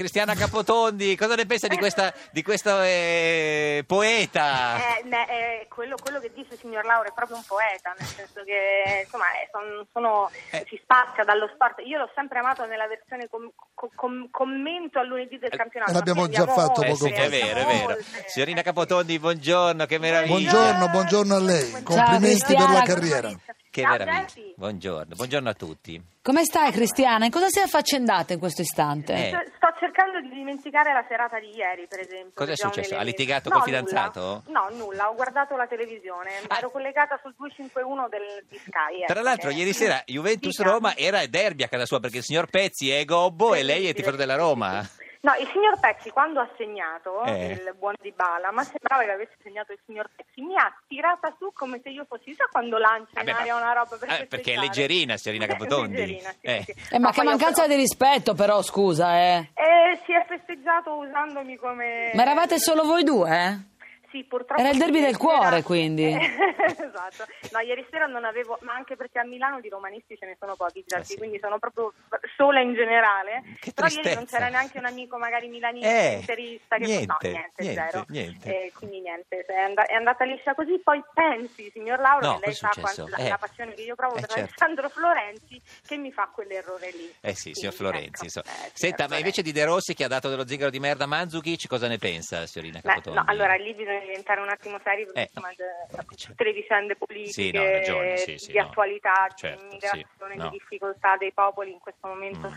Cristiana Capotondi, cosa ne pensa di questa, di questa, eh, poeta? Eh, beh, eh, quello, quello che dice il signor Lauro è proprio un poeta, nel senso che insomma, eh, son- sono- Eh. si spazia dallo sport. Io l'ho sempre amato nella versione com- co- com- commento al lunedì del campionato. ma l'abbiamo quindi già fatto molte, Eh poco sì, fa. è vero, è vero. molte. Signorina Capotondi, buongiorno, che meraviglia. Buongiorno, buongiorno a lei. Complimenti Cristiana. per la carriera. Che Ciao, meraviglia. Geppi. Buongiorno, buongiorno a tutti. Come stai Cristiana? In cosa sei affaccendata in questo istante? Eh. Sto cercando di dimenticare la serata di ieri, per esempio. Cosa è Abbiamo successo? delle- Ha litigato No, col fidanzato? nulla. No, nulla, ho guardato la televisione, Ah. ero collegata sul 251 del, di Sky. Tra ecco, l'altro, che- ieri sera Dica. Juventus-Roma era derby a casa sua perché il signor Pezzi è gobbo e lei è tifano della Roma. No, il signor Pezzi quando ha segnato Eh. il buon di Bala, ma sembrava che avesse segnato il signor Pezzi, mi ha tirata su come se io fossi, sa quando lancia Vabbè, in ma- aria una roba per eh, perché è festeggiare? leggerina, signorina Eh, Capotondi. leggerina, sì, Eh. sì, sì. Eh, ma No, che poi io mancanza però- di rispetto però, scusa, eh. Eh, si è festeggiato usandomi Eh. come... Ma eravate solo voi due, eh? Sì, purtroppo... Era il derby ieri del cuore, sera- quindi. Eh, esatto. No, ieri sera non avevo... Ma anche perché a Milano di romanisti ce ne sono pochi, Giardi, Eh, sì. quindi sono proprio sola in generale. Che Però ieri non tristezza. c'era neanche un amico magari milanista, Eh, interista, che... niente, no, niente, niente, zero. niente. Eh, quindi niente, è, and- è andata liscia così. Poi pensi, signor Lauro, No, che lei cosa è sa successo? quanto- la, la Eh, passione che io provo eh, per certo. Alessandro Florenzi, che mi fa quell'errore lì. Eh sì, signor Quindi, Florenzi. ecco, insomma. eh, signor Senta, ma Florenzi. invece di De Rossi che ha dato dello zingaro di merda a Manzukic, cosa ne pensa, signorina Beh, Capotondi? no, allora lì bisogna diventare un attimo seri perché Eh, insomma, no. de- Certo. tutte le vicende politiche Sì, no, ha ragione, sì, sì, di no. attualità, Certo, di immigrazione, sì, no. di difficoltà dei popoli in questo momento Mm.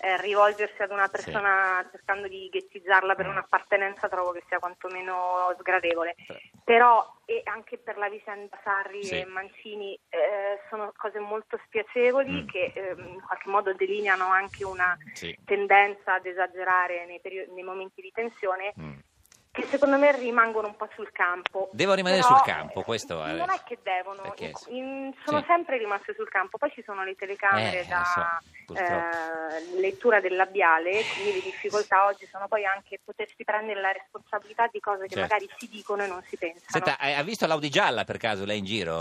eh, rivolgersi ad una persona cercando di ghettizzarla per Mm. un'appartenenza trovo che sia quantomeno sgradevole. Tra- Però e anche per la vicenda Sarri Sì. e Mancini eh, sono cose molto spiacevoli Mm. che ehm, in qualche modo delineano anche una Sì. tendenza ad esagerare nei, perio- nei momenti di tensione Mm. che secondo me rimangono un po' sul campo. Devo rimanere Però, sul campo, eh, questo è- Non è che devono, Perché- in- in- sono sì. sempre rimaste sul campo, poi ci sono le telecamere Eh, da lo so, purtroppo. eh, lettura del labiale, quindi le difficoltà oggi sono poi anche potersi prendere la responsabilità di cose che Certo. magari si dicono e non si pensano. Senta, ha ha visto l'Audi gialla per caso lei in giro?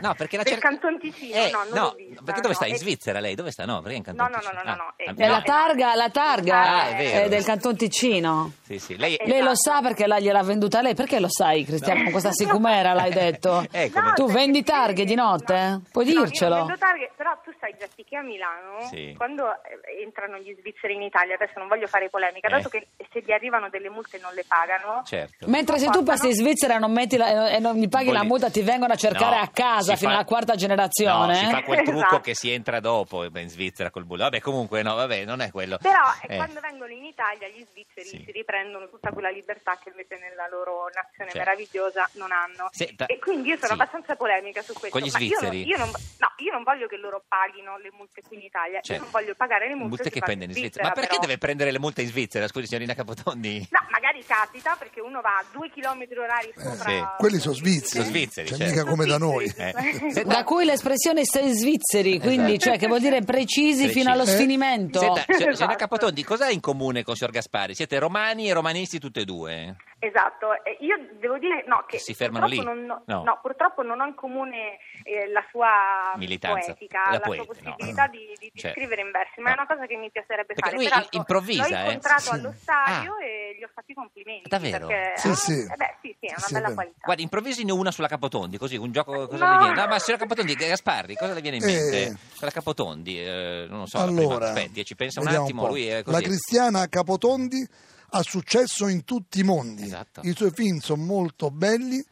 No, perché la Del cer- Canton Ticino, Eh, no, non l'ho vista, perché dove no. sta? In Eh, Svizzera lei? Dove sta? No, perché in Canton No, no, no, Ticino? no, no, no, Ah, eh, ah, È la no. targa, la targa Ah, è vero. eh, del Canton Ticino. Sì, sì, lei... Eh, Lei lo Esatto. sa perché la gliel'ha venduta lei, perché lo sai Cristiana? Con questa sicumera l'hai detto. Eh, come- Tu perché- vendi targhe di notte? No. Puoi No, io dircelo. vendo targhe, però tu sai Giappi che a Milano, Sì. quando eh, entrano gli svizzeri in Italia, adesso non voglio fare polemica, Eh. dato che se gli arrivano delle multe non le pagano, Certo. Mentre se tu passi in Svizzera e non, metti la- eh, e non gli paghi la Bolli- multa, ti vengono a cercare No, a casa si fino fa- alla quarta generazione. eh? No, si fa quel trucco Esatto. che si entra dopo in Svizzera col bullo. Vabbè, comunque, no, vabbè, non è quello. Però Eh, eh, quando vengono in Italia gli svizzeri Sì. si riprendono tutta quella libertà che invece nella loro nazione Certo. meravigliosa non hanno. Senta, e quindi io sono sì. abbastanza polemica su questo. Con gli ma io non- svizzeri? Io non, no, io non voglio che loro paghino le multe qui in Italia, io certo. non voglio pagare le multe, Multe si che fanno prende in Svizzera. Ma perché però. deve prendere le multe in Svizzera? Scusi, signorina Capotondi. No, magari capita perché uno va a due chilometri orari sopra. Eh, sì. Quelli sono Sono svizzeri, svizzeri, cioè certo. mica come da noi. Eh. Esatto. Da cui l'espressione sei svizzeri, quindi Esatto. cioè che vuol dire precisi Precisi. fino allo Eh. sfinimento. Senta, si- signorina Esatto. Capotondi, cosa ha in comune con signor Gaspari? Siete romani e romanisti tutte e due? Esatto, e io devo dire no, che Si fermano purtroppo lì? Non, No. no, purtroppo non ho in comune eh, la sua Militanza. poetica, La la, poetica, sua no. possibilità di, di- di Certo. scrivere in versi, No. ma è una cosa che mi piacerebbe Perché fare. lui Peraltro, improvvisa, L'ho eh? incontrato Sì. allo stadio Ah. e gli ho fatto i complimenti. Davvero? Perché, Sì, ah, sì. eh beh, sì, sì, è una Sì, è bella vero. qualità. Guardi, improvvisine una sulla Capotondi, così un gioco cosa No. le viene? No, ma signora Capotondi, Gasparri, cosa le viene in Eh. mente? Quella Capotondi, eh, non lo so, la prima- Allora, aspetti, ci pensa un vediamo attimo, po'. lui è così. La Cristiana Capotondi ha successo in tutti i mondi. Esatto. I suoi film sono molto belli.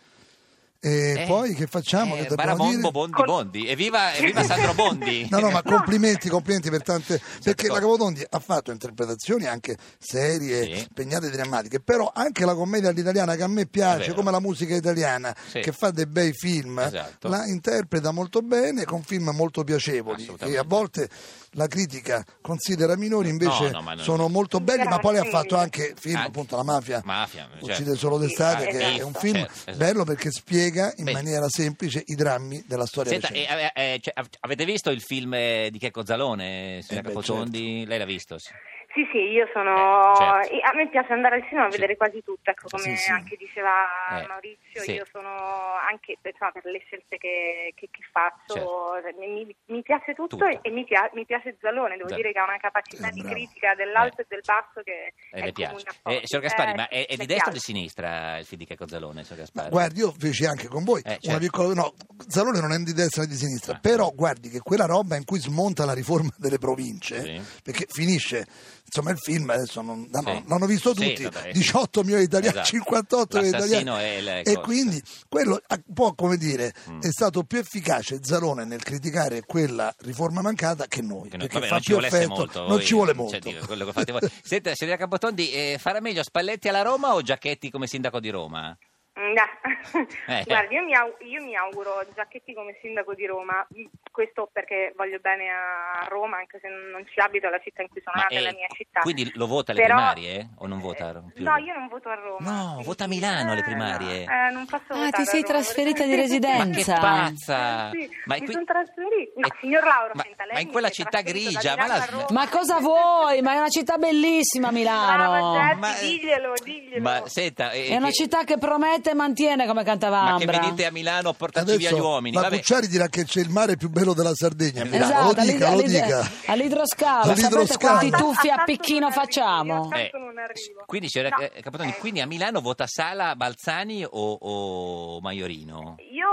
E Eh, poi che facciamo? eh, che dobbiamo Barabombo, dire? Bondi, Col- Bondi. Evviva, evviva Sandro Bondi! No, no, ma complimenti, complimenti per tante. Perché cosa? la Capotondi ha fatto interpretazioni anche serie, Sì. impegnate drammatiche, però anche la commedia all'italiana che a me È piace, vero. come la musica italiana, Sì. che fa dei bei film, Esatto. la interpreta molto bene con film molto piacevoli. Assolutamente. Che a volte la critica considera minori, invece no, ma non- Ah, sono molto belli, ma poi ha Grazie. fatto anche film, Anche- appunto La mafia. Mafia, cioè- Uccide solo Sì, d'estate, ah, che è un esatto, film certo, esatto. bello perché spiega in Beh. maniera semplice i drammi della storia Senta, recente. eh, eh, eh, cioè, av- avete visto il film eh, di Checco Zalone, signora Eh beh, Capotondi? Lei l'ha visto? sì. Sì, sì, io sono... Certo. e A me piace andare al cinema a Sì. vedere quasi tutto, ecco, come Sì, sì. anche diceva Eh, Maurizio, sì. io sono anche per- insomma, per le scelte che, che- che faccio, cioè, Certo. mi, mi piace tutto Tutta. e, e mi, pia- mi piace Zalone, devo Zalone. dire che ha una capacità Eh, di bravo. critica dell'alto e del basso che Eh, è le piace. comune a Eh, pochi. signor Gasparri, ma è, è le di destra o di piace. sinistra il Fidica Cozzalone, signor Gasparri? Guardi, io feci anche con voi Eh, certo. una piccola. No, Zalone non è di destra né di sinistra, Ah. però guardi che quella roba in cui smonta la riforma delle province, Sì. perché finisce. Insomma, il film adesso non, no, Sì. no, l'hanno visto Sì, tutti: vabbè. 18 milioni di italiani, Esatto. 58 milioni di L'assassino italiani. è il- e cosa. quindi quello ah, può, come dire, Mm. è stato più efficace Zalone nel criticare quella riforma mancata che noi. Che no- perché vabbè, fa non ci più volesse effetto, molto. non voi, ci vuole cioè, molto. dico, quello che fate voi. Senta, signorina Capotondi, eh, farà meglio Spalletti alla Roma o Giacchetti come sindaco di Roma? No. Eh. Mm, Guardi, io mi, au- io mi auguro Giacchetti come sindaco di Roma, Mm, questo perché voglio bene a Roma, anche se non ci abito, è la città in cui sono Ma nata, è eh, la mia città. Quindi lo vota alle Però- Eh, primarie eh? o non vota a- più? No, io non voto a Roma. No, quindi- vota a Milano alle Eh, primarie. no, eh, non posso Ah, votare ti a sei Roma, trasferita perché- di Ma che residenza. Pensa. pazza! Sì, Ma mi qui- sono trasferita. No, Eh, signor Lauro, ma- senta, lei ma in mi quella si è città trasferito da grigia, ma Milano la a Roma. Ma cosa vuoi? Ma è una città bellissima Brava, Milano. Giacchi, Ma- eh, diglielo, diglielo. Ma senta, eh, È una che- città che promette e mantiene, come cantava ma che Ambra. venite a Milano a portarci Adesso via gli uomini. la vabbè. Pucciari dirà che c'è il mare più bello della Sardegna. a Milano. Esatto, lo dica, lo all'id- dica. all'idroscalo. Sapete All'idroscalo. quanti Tanto- tuffi a tanto picchino non arrivo, facciamo? io tanto non arrivo. eh, quindi, c'era, No, eh, Capitani, eh. quindi a Milano vota Sala, Balzani o, o Maiorino? Io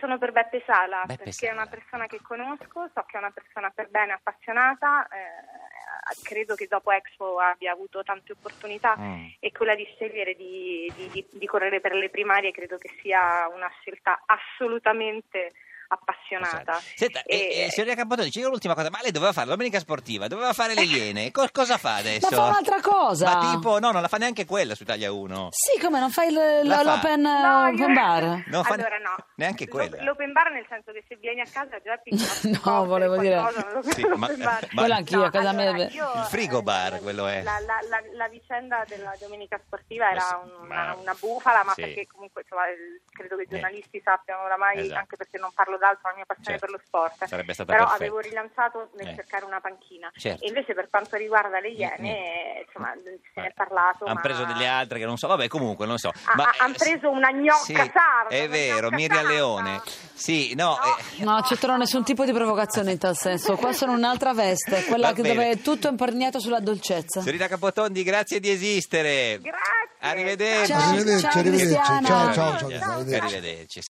sono per Beppe Sala Beppe perché Sala. è una persona che conosco, so che è una persona per bene, appassionata, eh, credo che dopo Expo abbia avuto tante opportunità Mm. e quella di scegliere di, di- di- di correre per le primarie credo che sia una scelta assolutamente appassionata. Senta, eh, e, E- e, signorina Capodoni, c'è un'ultima cosa, ma lei doveva fare la domenica sportiva, doveva fare le Iene, Co- cosa fa adesso? Ma fa un'altra cosa. Ma tipo, no, non la fa neanche quella su Italia 1. Sì, come non fai il- La fa. l'open No, eh, io- open bar? Non fa allora ne- no, neanche L'o- quella. L'open bar nel senso che se vieni a casa già ti No, volevo dire- Sì, ma- eh, ma- Quello anch'io, a casa mia- Il frigo bar, quello è. La, la- la- la vicenda della domenica sportiva Ma sì, era un- ma- una, una bufala, ma sì. perché comunque insomma, il- credo che i Eh. giornalisti sappiano oramai, Esatto. anche perché non parlo d'altro, la mia passione Certo. per lo sport. Sarebbe stata Però perfetta. avevo rilanciato nel Eh. cercare una panchina. Certo. Mm, E invece per quanto riguarda le Niente. Iene, insomma, se ne è parlato. Hanno ma- preso delle altre che non so, vabbè, comunque non so. Ah, ah, han eh, preso una gnocca sì, sarda, È una vero, gnocca Miria sarda. Leone. Sì, no, eh, io No, ci trovo nessun tipo di provocazione in tal senso. Qua sono un'altra veste, Va quella che bene. dove è tutto imperniato sulla dolcezza. signorina Capotondi, grazie di esistere. Grazie. Arrivederci. Ciao, Arrivederci, ciao, arrivederci. Cristiana. Ciao, ciao, ciao, Ciao, ciao. arrivederci. Arrivederci.